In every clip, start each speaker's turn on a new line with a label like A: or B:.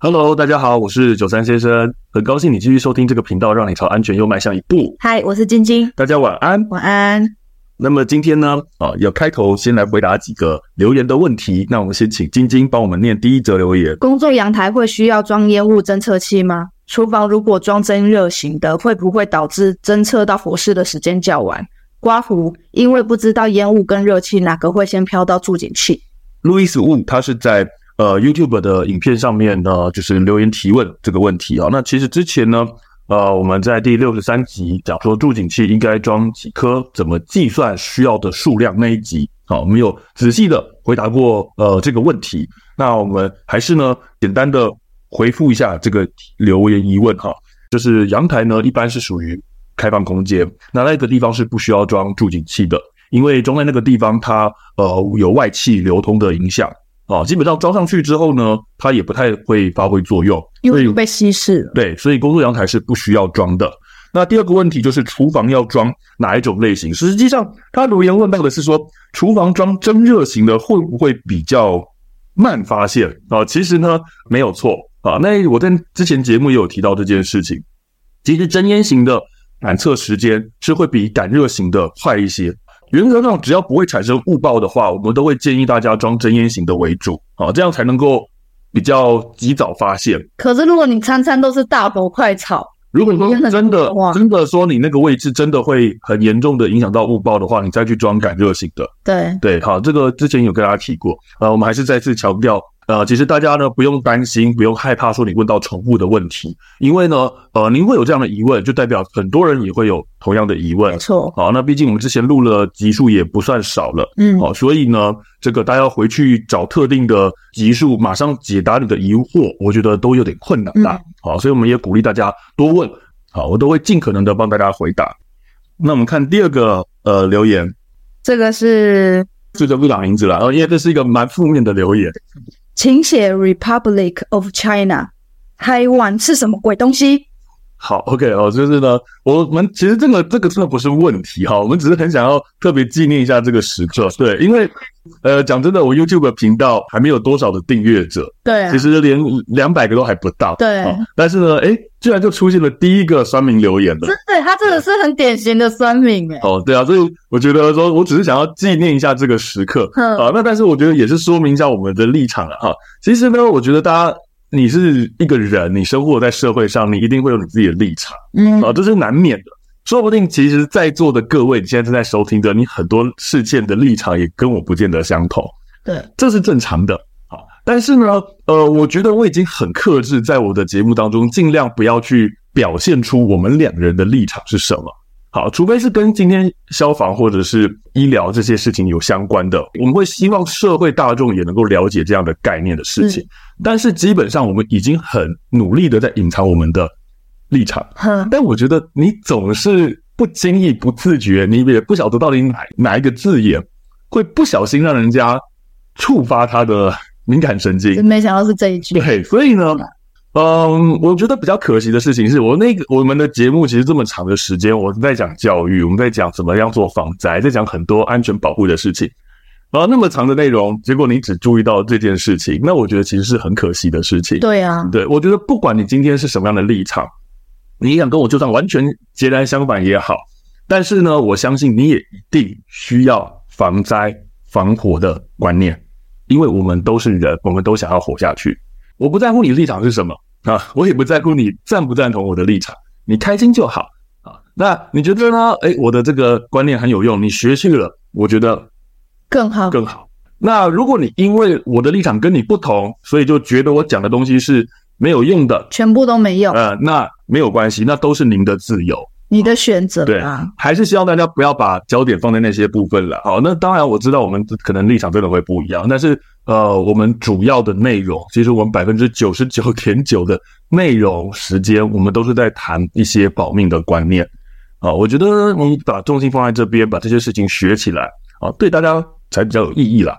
A: Hello，大家好，我是九三先生，很高兴你继续收听这个频道，让你朝安全又迈向一步。
B: 嗨，我是晶晶，
A: 大家晚安。
B: 晚安。
A: 那么今天呢，啊，要开头先来回答几个留言的问题。那我们先请晶晶帮我们念第一则留言。
B: 工作阳台会需要装烟雾侦测器吗？厨房如果装蒸热型的，会不会导致侦测到火势的时间较晚？刮胡，因为不知道烟雾跟热气哪个会先飘到助警器。
A: Louis Wu 他是在呃 YouTube 的影片上面呢，就是留言提问这个问题啊、那其实之前呢，呃，我们在第六十三集讲说助警器应该装几颗，怎么计算需要的数量那一集，啊好、我们有仔细的回答过呃这个问题。那我们还是呢简单的回复一下这个留言疑问哈、就是阳台呢一般是属于开放空间，那那个地方是不需要装助警器的，因为装在那个地方它呃有外气流通的影响啊，基本上装上去之后呢，它也不太会发挥作用，
B: 因
A: 所以
B: 为被稀释了。
A: 对，所以工作阳台是不需要装的。那第二个问题就是厨房要装哪一种类型？实际上，他留言问到的是说，厨房装蒸热型的会不会比较慢发现啊？其实呢，没有错啊。那我在之前节目也有提到这件事情，其实蒸烟型的感测时间是会比感热型的快一些。原则上，只要不会产生误报的话，我们都会建议大家装蒸烟型的为主啊，这样才能够比较及早发现。
B: 可是如果你餐餐都是大火快炒，
A: 如果说
B: 真的
A: 真的
B: 哇
A: 真的说你那个位置真的会很严重的影响到误报的话，你再去装感热型的，
B: 对，
A: 对，好，这个之前有跟大家提过，呃，我们还是再次强调，呃，其实大家呢不用担心，不用害怕说你问到重复的问题，因为呢，呃，您会有这样的疑问，就代表很多人也会有同样的疑问
B: 没。错。
A: 好，那毕竟我们之前录了集数也不算少了，
B: 嗯，
A: 好、哦所以呢，这个大家回去找特定的集数，马上解答你的疑惑，我觉得都有点困难啦。
B: 嗯
A: 好、所以我们也鼓励大家多问，好，我都会尽可能的帮大家回答。那我们看第二个呃留言，
B: 这个是
A: 这个不打名字了，呃因为这是一个蛮负面的留言。
B: 请写 Republic of China Taiwan 是什么鬼东西？
A: 好，OK 哦，就是呢，我们其实这个这个真的不是问题哈、我们只是很想要特别纪念一下这个时刻，对，因为呃讲真的，我 YouTube 频道还没有多少的订阅者，
B: 对啊
A: 其，实连两百个都还不到。
B: 对
A: 哦但是呢，哎，居然就出现了第一个酸民留言了
B: 真。的，他真的是很典型的酸民哎。
A: 哦，对啊，所以我觉得说，我只是想要纪念一下这个时刻
B: 嗯
A: 啊。那但是我觉得也是说明一下我们的立场了啊哈、其实呢，我觉得大家，你是一个人，你生活在社会上，你一定会有你自己的立场
B: 嗯
A: 啊，这是难免的。说不定其实，在座的各位，你现在正在收听着，你很多事件的立场也跟我不见得相同。
B: 对，
A: 这是正常的。好，但是呢，呃，我觉得我已经很克制，在我的节目当中，尽量不要去表现出我们两人的立场是什么。好，除非是跟今天消防或者是医疗这些事情有相关的，我们会希望社会大众也能够了解这样的概念的事情。但是基本上，我们已经很努力的在隐藏我们的立场。
B: 哼，
A: 但我觉得你总是不经意、不自觉，你也不晓得到底哪哪一个字眼会不小心让人家触发他的敏感神经
B: 真。没想到是这一句。
A: 对，所以呢，嗯，我觉得比较可惜的事情是我那个我们的节目其实这么长的时间，我们在讲教育，我们在讲怎么样做防灾，在讲很多安全保护的事情。然后那么长的内容，结果你只注意到这件事情，那我觉得其实是很可惜的事情。
B: 对啊，
A: 对，我觉得不管你今天是什么样的立场，你想跟我就算完全截然相反也好，但是呢，我相信你也一定需要防灾防火的观念，因为我们都是人，我们都想要活下去。我不在乎你立场是什么啊，我也不在乎你赞不赞同我的立场，你开心就好啊。那你觉得呢？哎，我的这个观念很有用，你学去了，我觉得
B: 更好。
A: 更好。那如果你因为我的立场跟你不同，所以就觉得我讲的东西是没有用的，
B: 全部都没有，
A: 呃，那没有关系，那都是您的自由。
B: 你的选择
A: 对
B: 啊，，
A: 还是希望大家不要把焦点放在那些部分了。好，那当然我知道我们可能立场真的会不一样，但是呃，我们主要的内容，其实我们百分之九十九点九的内容时间，我们都是在谈一些保命的观念。啊，我觉得你把重心放在这边，把这些事情学起来啊，对大家才比较有意义啦。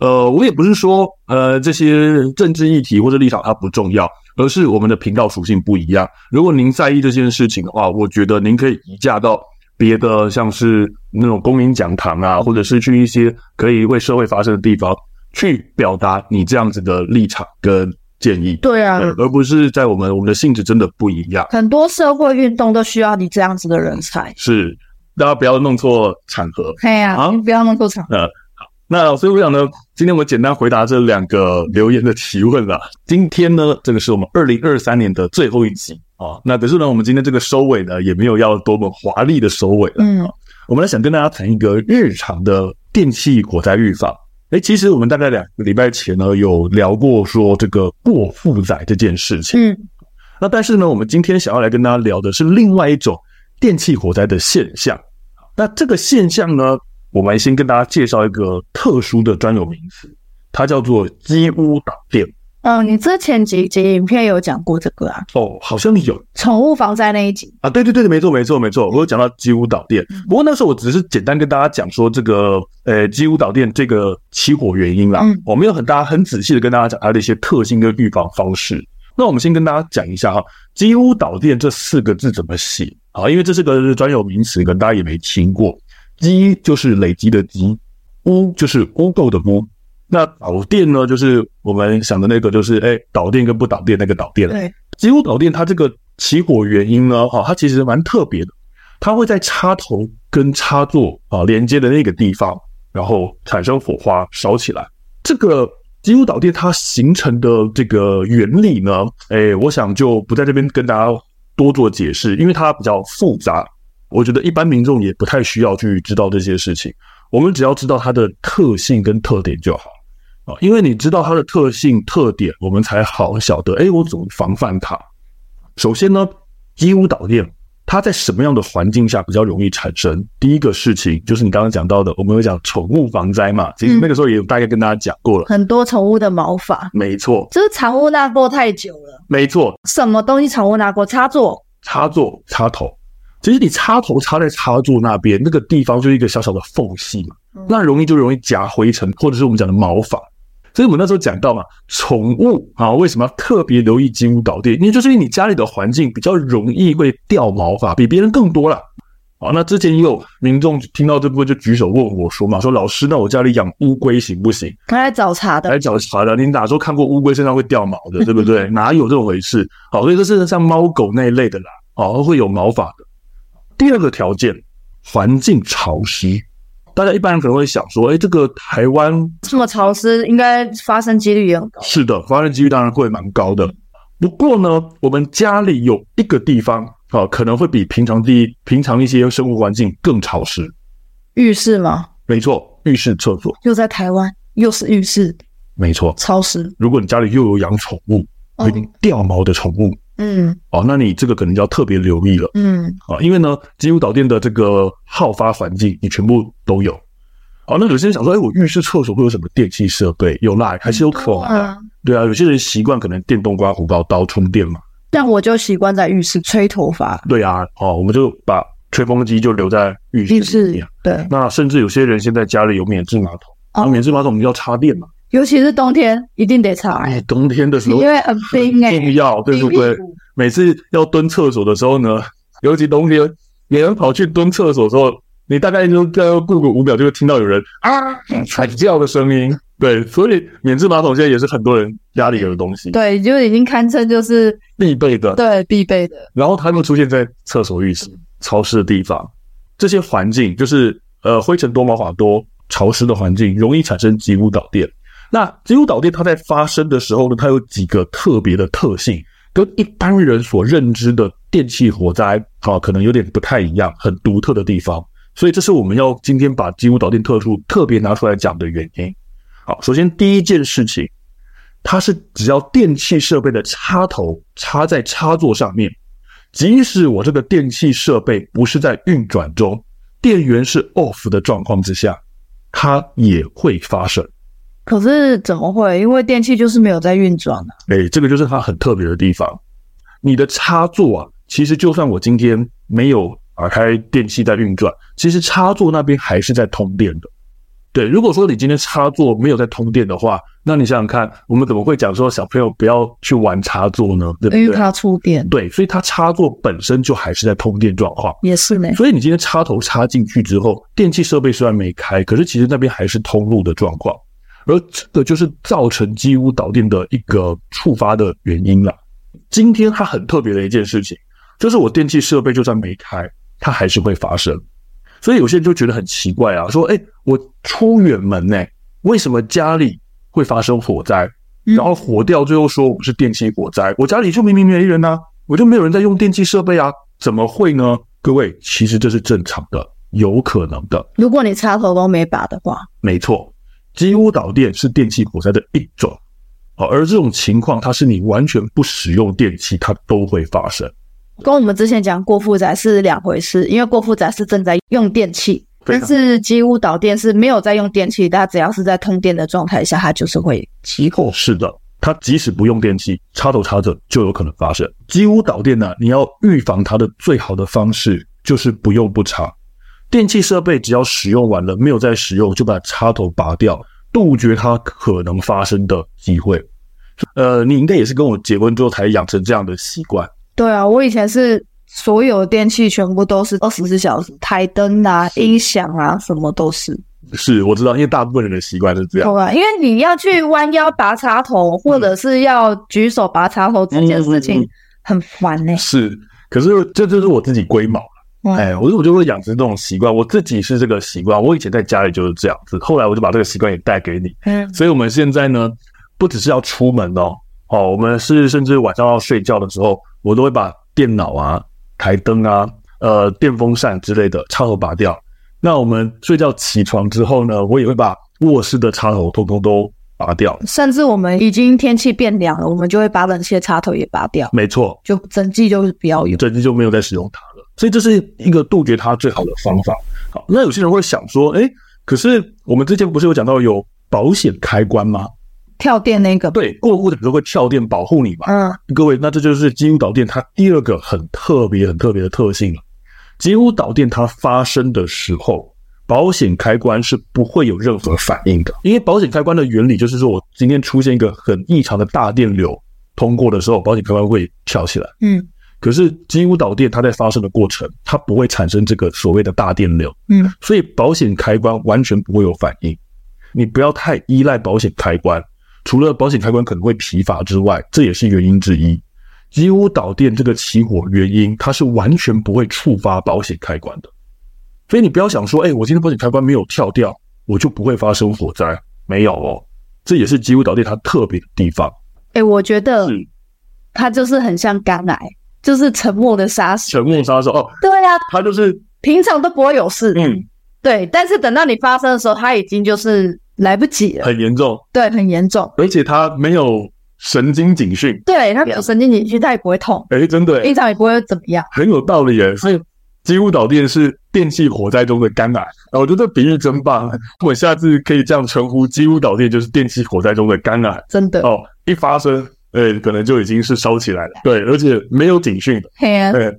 A: 呃，我也不是说呃这些政治议题或者立场它不重要，而是我们的频道属性不一样。如果您在意这件事情的话，我觉得您可以移驾到别的像是那种公民讲堂啊，或者是去一些可以为社会发声的地方去表达你这样子的立场跟建议，
B: 对啊，
A: 对而不是在我们我们的性质真的不一样。
B: 很多社会运动都需要你这样子的人才。
A: 是，大家不要弄错场合。
B: 嘿呀、
A: 好
B: 你不要弄错场。
A: 那所以我想呢，今天我简单回答这两个留言的提问啦。今天呢，这个是我们二零二三年的最后一集啊。那可是呢，我们今天这个收尾呢，也没有要多么华丽的收尾了。
B: 嗯，
A: 我们来想跟大家谈一个日常的电器火灾预防。哎，其实我们大概两个礼拜前呢，有聊过说这个过负载这件事情。
B: 嗯，
A: 那但是呢，我们今天想要来跟大家聊的是另外一种电气火灾的现象。那这个现象呢，我们先跟大家介绍一个特殊的专有名词，它叫做机屋导电。
B: 哦，你之前几集影片有讲过这个啊，
A: 哦，好像有
B: 宠物防灾那一集。
A: 啊，对对对，没错没错没错，我有讲到机屋导电。不过那时候我只是简单跟大家讲说这个呃机屋导电这个起火原因啦，
B: 嗯
A: 我没有很大很仔细的跟大家讲它的一些特性跟预防方式。那我们先跟大家讲一下哈，机屋导电这四个字怎么写啊？因为这是个专有名词，可能大家也没听过。积就是累积的积，污就是污垢的污。那导电呢，就是我们想的那个，就是哎导电跟不导电那个导电了。
B: 对，
A: 机屋导电它这个起火原因呢，哈、它其实蛮特别的，它会在插头跟插座啊连接的那个地方，然后产生火花烧起来。这个机屋导电它形成的这个原理呢，哎，我想就不在这边跟大家多做解释，因为它比较复杂，我觉得一般民众也不太需要去知道这些事情，我们只要知道它的特性跟特点就好。啊，因为你知道它的特性特点，我们才好晓得，哎，我怎么防范它。首先呢，机屋导电，它在什么样的环境下比较容易产生？第一个事情就是你刚刚讲到的，我们有讲宠物防灾嘛，其实那个时候也有大概跟大家讲过了。
B: 很多宠物的毛发，
A: 没错，
B: 就是宠物拿过太久了，
A: 没错，
B: 什么东西宠物拿过插座？
A: 插座、插头。其实你插头插在插座那边，那个地方就是一个小小的缝隙嘛
B: 嗯，
A: 那容易就容易夹灰尘，或者是我们讲的毛发。所以我们那时候讲到嘛，宠物啊，为什么要特别留意金屋导电？因为就是因为你家里的环境比较容易会掉毛发，比别人更多啦。好，那之前也有民众听到这部分就举手问我说嘛，说老师，那我家里养乌龟行不行？
B: 拿来找茬的。
A: 来找茬的，你哪时候看过乌龟身上会掉毛的，对不对？哪有这种回事？好，所以这是像猫狗那一类的啦，哦，会有毛发的。第二个条件，环境潮湿。大家一般人可能会想说，哎，这个台湾
B: 这么潮湿，应该发生几率也很高。
A: 是的，发生几率当然会蛮高的。不过呢，我们家里有一个地方啊，可能会比平常地平常一些生活环境更潮湿。
B: 浴室嘛，
A: 没错，浴室、厕所，
B: 又在台湾，又是浴室，
A: 没错。
B: 潮湿。
A: 如果你家里又有养宠物，
B: 哦
A: 会掉毛的宠物，
B: 嗯
A: 哦，那你这个可能就要特别留意了
B: 嗯，
A: 啊，因为呢，机屋导电的这个好发环境，你全部都有。好，那有些人想说，哎，我浴室、厕所会有什么电器设备？有啦，还是有可能的。
B: 嗯，
A: 对啊，有些人习惯可能电动刮胡刀刀充电嘛。
B: 但我就习惯在浴室吹头发，
A: 对啊，哦，我们就把吹风机就留在浴
B: 浴
A: 室里
B: 室
A: 面。
B: 对，
A: 那甚至有些人现在家里有免治马桶，
B: 哦
A: 啊，免治马桶要插电嘛。
B: 尤其是冬天一定得擦，
A: 哎，冬天的时
B: 因
A: 候
B: 为很冰哎、
A: 重要，对不对？每次要蹲厕所的时候呢， 尤其冬天，别人跑去蹲厕所的时候，你大概就大概过个五秒就会听到有人啊惨叫的声音。对，所以免治马桶现在也是很多人家里有的东西，
B: 对，就已经堪称就是
A: 必备的。
B: 对必备的。
A: 然后它又出现在厕所、浴室、潮湿的地方，这些环境就是呃灰尘多、毛发多、潮湿的环境，容易产生极屋导电。那极屋导电它在发生的时候呢，它有几个特别的特性，跟一般人所认知的电气火灾啊，可能有点不太一样，很独特的地方。所以这是我们要今天把极屋导电特殊特别拿出来讲的原因。好，首先第一件事情，它是只要电器设备的插头插在插座上面，即使我这个电器设备不是在运转中，电源是 off 的状况之下，它也会发生。
B: 可是怎么会？因为电器就是没有在运转啊。
A: 哎，这个就是它很特别的地方。你的插座啊，其实就算我今天没有打开电器在运转，其实插座那边还是在通电的。对，如果说你今天插座没有在通电的话，那你想想看，我们怎么会讲说小朋友不要去玩插座呢？对不
B: 因为
A: 对？啊
B: 它触电
A: 对，所以它插座本身就还是在通电状况。
B: 也是呢。
A: 所以你今天插头插进去之后，电器设备虽然没开，可是其实那边还是通路的状况。而这个就是造成机屋导电的一个触发的原因了。今天它很特别的一件事情，就是我电器设备就算没开，它还是会发生。所以有些人就觉得很奇怪啊，说：“哎、我出远门呢、为什么家里会发生火灾？
B: 嗯
A: 然后火掉，最后说我们是电器火灾，我家里就明明没人啊呐、我就没有人在用电器设备啊，怎么会呢？”各位，其实这是正常的，有可能的。
B: 如果你插头都没拔的话，
A: 没错，机屋导电是电器火灾的一种，好，而这种情况它是你完全不使用电器，它都会发生。
B: 跟我们之前讲过负载是两回事，因为过负载是正在用电器，
A: 非
B: 但
A: 常
B: 是机屋导电是没有在用电器，它只要是在通电的状态下，它就是会起火。
A: 是的，它即使不用电器，插头插着就有可能发生。机屋导电呢、你要预防它的最好的方式就是不用不插。电器设备只要使用完了，没有再使用，就把插头拔掉，杜绝它可能发生的机会。呃，你应该也是跟我结婚之后才养成这样的习惯。
B: 对啊，我以前是所有电器全部都是二十四小时，台灯啊、音响啊，什么都是。
A: 是我知道，因为大部分人的习惯是这样。
B: 对啊，因为你要去弯腰拔插头，或者是要举手拔插头这件
A: 嗯
B: 事
A: 嗯
B: 情
A: 嗯，
B: 很烦欸呢、
A: 是，可是这就是我自己龟毛。
B: 嗯
A: 哎，我就我就会养成这种习惯，我自己是这个习惯，我以前在家里就是这样子，后来我就把这个习惯也带给你，
B: 嗯，
A: 所以我们现在呢，不只是要出门哦，哦，我们是甚至晚上要睡觉的时候，我都会把电脑啊、台灯啊、呃、电风扇之类的插头拔掉。那我们睡觉起床之后呢，我也会把卧室的插头通通都拔掉。
B: 甚至我们已经天气变凉了，我们就会把冷气的插头也拔掉，
A: 没错，
B: 就整季就是不要用。
A: 整机就没有再使用它了。所以这是一个杜绝它最好的方法。好，那有些人会想说，哎，可是我们之前不是有讲到有保险开关吗？
B: 跳电那个，
A: 对，过户的时候会跳电保护你嘛。
B: 嗯，
A: 各位，那这就是金屋导电它第二个很特别、很特别的特性了。金屋导电它发生的时候，保险开关是不会有任何反应的，因为保险开关的原理就是说我今天出现一个很异常的大电流通过的时候，保险开关会跳起来。
B: 嗯
A: 可是机屋导电它在发生的过程，它不会产生这个所谓的大电流，
B: 嗯，
A: 所以保险开关完全不会有反应。你不要太依赖保险开关，除了保险开关可能会疲乏之外，这也是原因之一。机屋导电这个起火原因，它是完全不会触发保险开关的，所以你不要想说，哎、我今天保险开关没有跳掉，我就不会发生火灾，没有哦，这也是机屋导电它特别的地方。
B: 哎、我觉得
A: 是
B: 它就是很像肝癌，就是沉默的杀手。
A: 沉默杀手哦，
B: 对啊，
A: 它就是
B: 平常都不会有事，
A: 嗯，
B: 对，但是等到你发生的时候，它已经就是来不及了，
A: 很严重，
B: 对，很严重。
A: 而且它没有神经警讯，
B: 对，它没有神经紧去，它也不会痛，
A: 哎，真的
B: 平
A: 诶
B: 常也不会怎么样。
A: 很有道理耶。所以机屋导电是电器火灾中的肝癌，啊我觉得这比喻真棒。我下次可以这样称呼机屋导电就是电器火灾中的肝癌
B: 真的，
A: 哦，一发生，哎，可能就已经是烧起来了，对，而且没有警讯的，
B: 嘿啊，
A: 哎。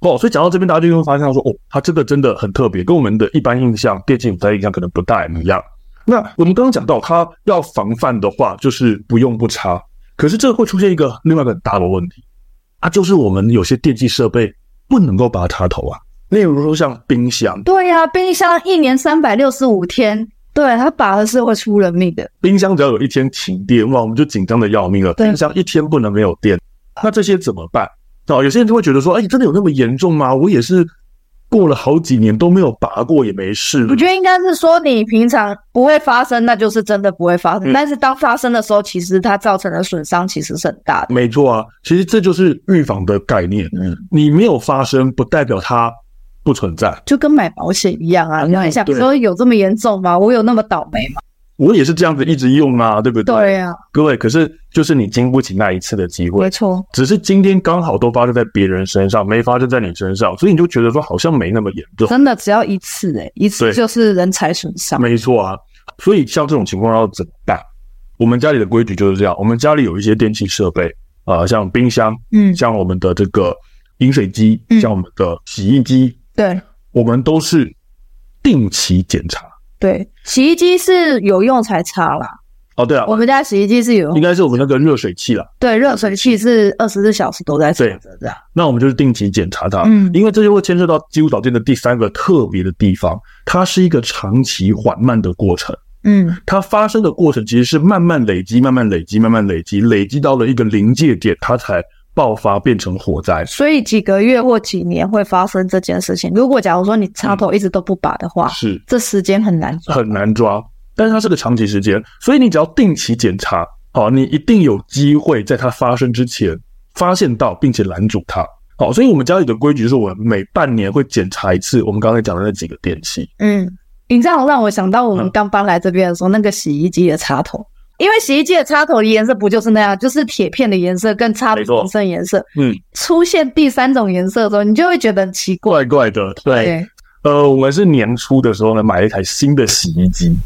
A: 哦，所以讲到这边，大家就会发现说，哦，它这个真的很特别，跟我们的一般印象、电器火灾印象可能不大一样。那我们刚刚讲到，它要防范的话，就是不用不插。可是这会出现一个另外一个很大的问题啊，就是我们有些电器设备不能够拔插头啊，例如说像冰箱，
B: 对呀、冰箱一年三百六十五天，对它拔的是会出人命的。
A: 冰箱只要有一天停电，哇，我们就紧张的要命了。
B: 对
A: 冰箱一天不能没有电，那这些怎么办？哦，有些人就会觉得说，哎、真的有那么严重吗？我也是过了好几年都没有拔过，也没事。
B: 我觉得应该是说，你平常不会发生，那就是真的不会发生。
A: 嗯
B: 但是当发生的时候，其实它造成的损伤其实是很大的。
A: 没错啊，其实这就是预防的概念。
B: 嗯，
A: 你没有发生，不代表它不存在。
B: 就跟买保险一样啊，
A: 嗯
B: 你想
A: 对
B: 说有这么严重吗？我有那么倒霉吗？
A: 我也是这样子一直用啊，对不对？
B: 对呀、
A: 各位，可是就是你经不起那一次的机会
B: 没，错。
A: 只是今天刚好都发生在别人身上，没发生在你身上，所以你就觉得说好像没那么严重。
B: 真的只要一次诶、一次
A: 对
B: 就是人财损伤。
A: 没错啊，所以像这种情况要怎么办？我们家里的规矩就是这样，我们家里有一些电器设备，啊，像冰箱，
B: 嗯，
A: 像我们的这个饮水机，
B: 嗯
A: 像我们的洗衣机，
B: 对
A: 我们都是定期检查。
B: 对，洗衣机是有用才擦啦，
A: 哦，对啊，
B: 我们家洗衣机是有
A: 应
B: 用，
A: 该是我们那个热水器啦。
B: 对，热水器是二十四小时都在擦
A: 对
B: 着这样。
A: 那我们就是定期检查它，
B: 嗯
A: 因为这就会牵涉到肌肤导电的第三个特别的地方，它是一个长期缓慢的过程。
B: 嗯
A: 它发生的过程其实是慢慢累积、慢慢累积、慢慢累积，累积到了一个临界点，它才爆发变成火灾。
B: 所以几个月或几年会发生这件事情。如果假如说你插头一直都不拔的话，
A: 是
B: 这时间很难抓。
A: 很难抓，但是它是个长期时间，所以你只要定期检查，好，你一定有机会在它发生之前发现到，并且拦阻它。好，所以我们家里的规矩是我们每半年会检查一次我们刚才讲的那几个电器。
B: 嗯，你这样让我想到我们
A: 嗯
B: 刚搬来这边的时候，那个洗衣机的插头，因为洗衣机的插头的颜色不就是那样，就是铁片的颜色跟插头
A: 没错
B: 本身的颜色。
A: 嗯，
B: 出现第三种颜色的时候，你就会觉得很奇怪。
A: 怪怪的。对，，呃，我们是年初的时候呢，买了一台新的洗衣机，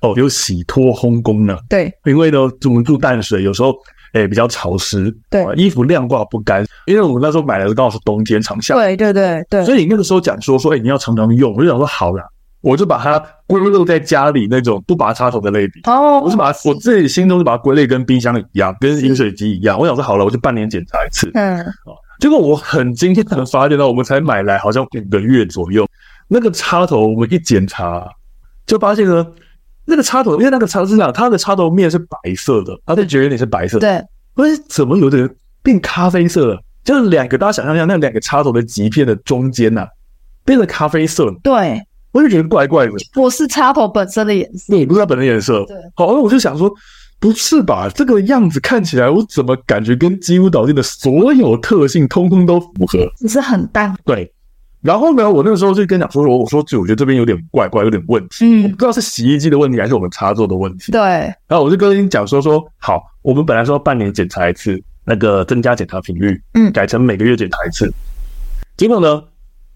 A: 哦，有洗脱烘功能。
B: 对，
A: 因为呢，我们住淡水，有时候诶、比较潮湿，
B: 对
A: 啊衣服晾挂不干。因为我们那时候买的刚好是冬天长夏，
B: 对，对，对，对，
A: 所以你那个时候讲说说，哎、你要常常用，我就想说好啦，我就把它归类在家里那种不拔插头的类比。
B: 哦，
A: 我是把它我自己心中是把它归类跟冰箱一样，跟饮水机一样。我想说好了，我就半年检查一次。
B: 嗯，
A: 结果我很惊讶的发现到，我们才买来好像五个月左右，那个插头我们一检查，就发现呢，那个插头，因为那个插是这样，它的插头面是白色的，它的绝缘点是白色的，
B: 对，
A: 不是怎么有点变咖啡色了？就是两个，大家想象一下，那两个插头的极片的中间呐、变成咖啡色了，
B: 对，
A: 我就觉得怪怪的，
B: 不是插头本身的颜色。
A: 也不是它本来颜色
B: 对。
A: 好，那我就想说，不是吧？这个样子看起来，我怎么感觉跟几乎导电的所有特性通通都符合？
B: 只是很淡，
A: 对。然后呢，我那个时候就跟讲说，我我说，我觉得这边有点怪怪，有点问题。我
B: 嗯
A: 不，知道是洗衣机的问题还是我们插座的问题。
B: 对，
A: 然后我就跟你讲说说，好，我们本来说半年检查一次，那个增加检查频率，
B: 嗯
A: 改成每个月检查一次。结果呢，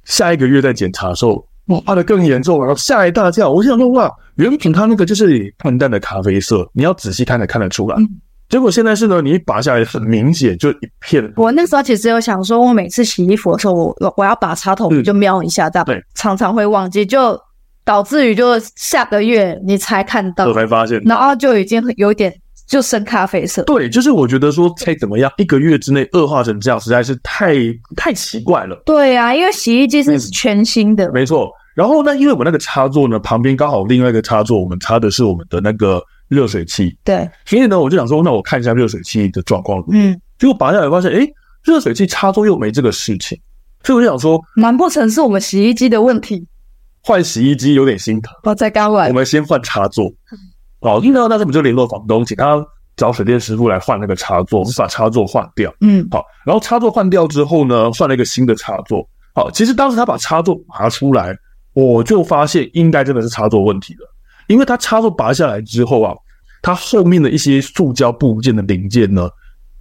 A: 下一个月再检查的时候，哇，画的更严重了，然后吓一大跳。我想说，哇，原本它那个就是淡淡的咖啡色，你要仔细看才看得出来。
B: 嗯
A: 结果现在是呢，你一拔下来很明显就一片
B: 我那时候其实有想说，我每次洗衣服的时候，我我我要把插头
A: 嗯
B: 就瞄一下，这样
A: 对
B: 常常会忘记，就导致于就下个月你才看到
A: 我，才发现。
B: 然后就已经有点就深咖啡色。
A: 对，就是我觉得说再怎么样，一个月之内恶化成这样，实在是太太奇怪了。
B: 对啊，因为洗衣机是
A: 嗯
B: 全新的，
A: 没错。然后呢，因为我们那个插座呢，旁边刚好另外一个插座，我们插的是我们的那个热水器，
B: 对，
A: 所以呢，我就想说，那我看一下热水器的状况。
B: 嗯，
A: 结果拔下来发现，诶，热水器插座又没这个事情，所以我就想说，
B: 难不成是我们洗衣机的问题？
A: 换洗衣机有点心疼，
B: 我在刚完
A: 我，们先换插座。好，因为呢，那时候我们就联络房东，请他找水电师傅来换那个插座，我们把插座换掉。
B: 嗯，
A: 好，然后插座换掉之后呢，换了一个新的插座。好，其实当时他把插座拔出来，我就发现应该真的是插座问题了，因为他插座拔下来之后啊，它后面的一些塑胶部件的零件呢，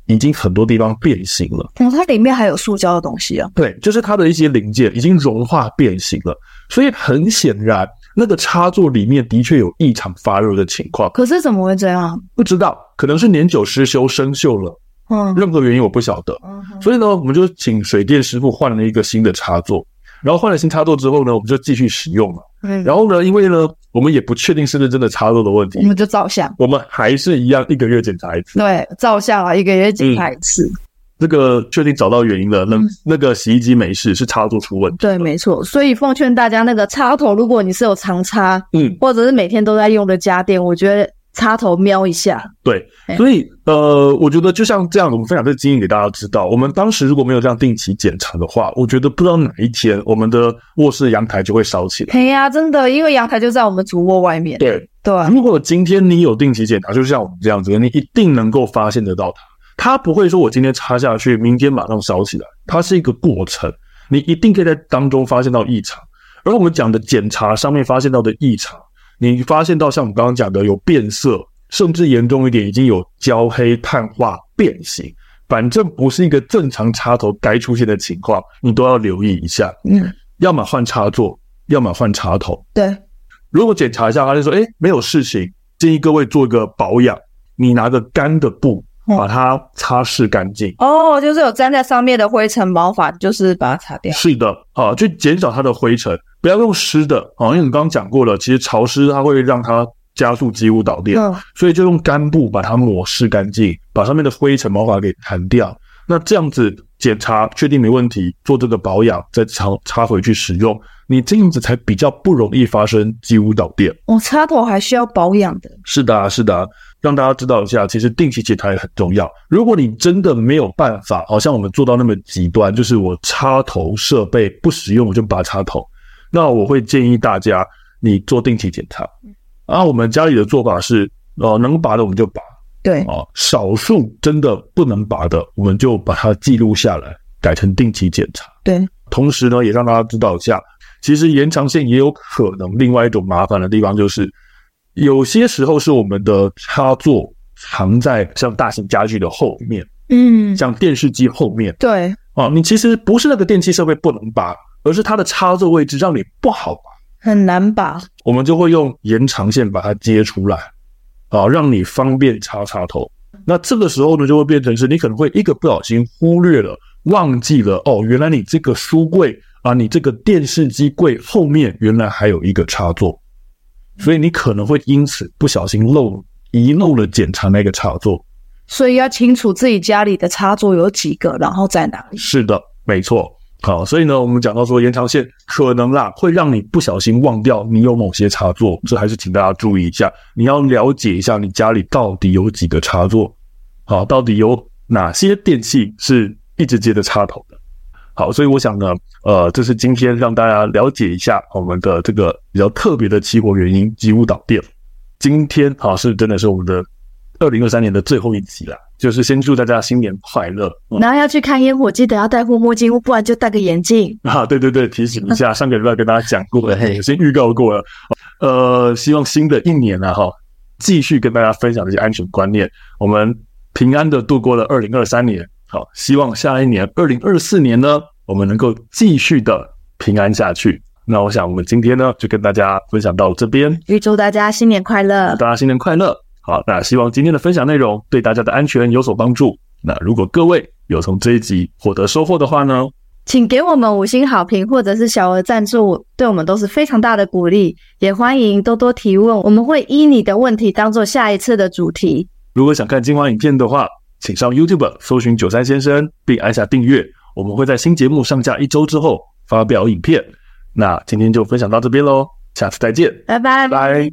A: 已经很多地方变形了。
B: 哦，它里面还有塑胶的东西啊，
A: 对，就是它的一些零件已经融化变形了，所以很显然那个插座里面的确有异常发热的情况。
B: 可是怎么会这样？
A: 不知道，可能是年久失修生锈了，
B: 嗯
A: 任何原因我不晓得。
B: 嗯哼
A: 所以呢，我们就请水电师傅换了一个新的插座。然后换了新插座之后呢，我们就继续使用了。
B: 嗯，
A: 然后呢，因为呢，我们也不确定是不是真的插座的问题
B: 我，们就照相，
A: 我们还是一样一个月检查一次。
B: 对，照相啊，一个月
A: 嗯
B: 检查一次，
A: 这个确定找到原因了，那
B: 嗯
A: 那个洗衣机没事，是插座出问题。
B: 对，没错。所以奉劝大家，那个插头，如果你是有常插，
A: 嗯，
B: 或者是每天都在用的家电，我觉得插头瞄一下，
A: 对
B: 哎。
A: 所以呃，我觉得就像这样，我们分享这个经验给大家知道。我们当时如果没有这样定期检查的话，我觉得不知道哪一天我们的卧室阳台就会烧起来。
B: 嘿呀、真的，因为阳台就在我们主卧外面，
A: 对，
B: 对啊，
A: 如果今天你有定期检查，就像我们这样子，你一定能够发现得到它。它不会说我今天插下去，明天马上烧起来，它是一个过程，你一定可以在当中发现到异常。而我们讲的检查上面发现到的异常，你发现到像我们刚刚讲的有变色，甚至严重一点已经有焦黑、碳化、变形，反正不是一个正常插头该出现的情况，你都要留意一下，
B: 嗯，
A: 要么换插座，要么换插头。
B: 对，
A: 如果检查一下，他就说：“哎，没有事情，建议各位做一个保养，你拿个干的布
B: 嗯
A: 把它擦拭干净。
B: 哦，就是有粘在上面的灰尘毛发，就是把它擦掉，
A: 是的，啊，去减少它的灰尘，不要用湿的啊，因为你刚刚讲过了，其实潮湿它会让它加速机屋导电，
B: 嗯，
A: 所以就用干布把它抹拭干净，把上面的灰尘毛发给弹掉。那这样子检查，确定没问题，做这个保养，再插插回去使用，你这样子才比较不容易发生机屋导电。
B: 我、哦、插头还需要保养的，
A: 是的、啊，是的、啊，让大家知道一下，其实定期检查也很重要。如果你真的没有办法，好像我们做到那么极端，就是我插头设备不使用我就拔插头，那我会建议大家你做定期检查。啊，我们家里的做法是，呃，能拔的我们就拔。
B: 对
A: 啊，少数真的不能拔的，我们就把它记录下来，改成定期检查。
B: 对，
A: 同时呢，也让大家知道一下，其实延长线也有可能另外一种麻烦的地方，就是有些时候是我们的插座藏在像大型家具的后面，
B: 嗯，
A: 像电视机后面。
B: 对，
A: 啊，你其实不是那个电器设备不能拔，而是它的插座位置让你不好拔，
B: 很难拔。
A: 我们就会用延长线把它接出来。啊，让你方便插插头。那这个时候呢，就会变成是你可能会一个不小心忽略了，忘记了哦，原来你这个书柜啊，你这个电视机柜后面原来还有一个插座，所以你可能会因此不小心漏遗漏了检查那个插座。
B: 所以要清楚自己家里的插座有几个，然后在哪里。
A: 是的，没错。好，所以呢，我们讲到说延长线可能啦，会让你不小心忘掉你有某些插座，这还是请大家注意一下。你要了解一下你家里到底有几个插座，好，到底有哪些电器是一直接着插头的。好，所以我想呢，呃，这是今天让大家了解一下我们的这个比较特别的起火原因——机屋导电。今天好是真的是我们的二零二三年的最后一集了。就是先祝大家新年快乐，
B: 嗯、然后要去看烟火，记得要戴护目镜，不然就戴个眼镜
A: 啊！对对对，提醒一下，上个礼拜跟大家讲过了，已经预告过了。呃，希望新的一年呢、啊，哈，继续跟大家分享这些安全观念。我们平安的度过了二零二三年，好，希望下一年二零二四年呢，我们能够继续的平安下去。那我想，我们今天呢，就跟大家分享到这边，
B: 预祝大家新年快乐！
A: 大家新年快乐！好，那希望今天的分享内容对大家的安全有所帮助。那如果各位有从这一集获得收获的话呢，
B: 请给我们五星好评或者是小额赞助，对我们都是非常大的鼓励。也欢迎多多提问，我们会依你的问题当做下一次的主题。
A: 如果想看精华影片的话，请上 YouTube 搜寻“九三先生”并按下订阅。我们会在新节目上架一周之后发表影片。那今天就分享到这边喽，下次再见，
B: 拜拜
A: 拜。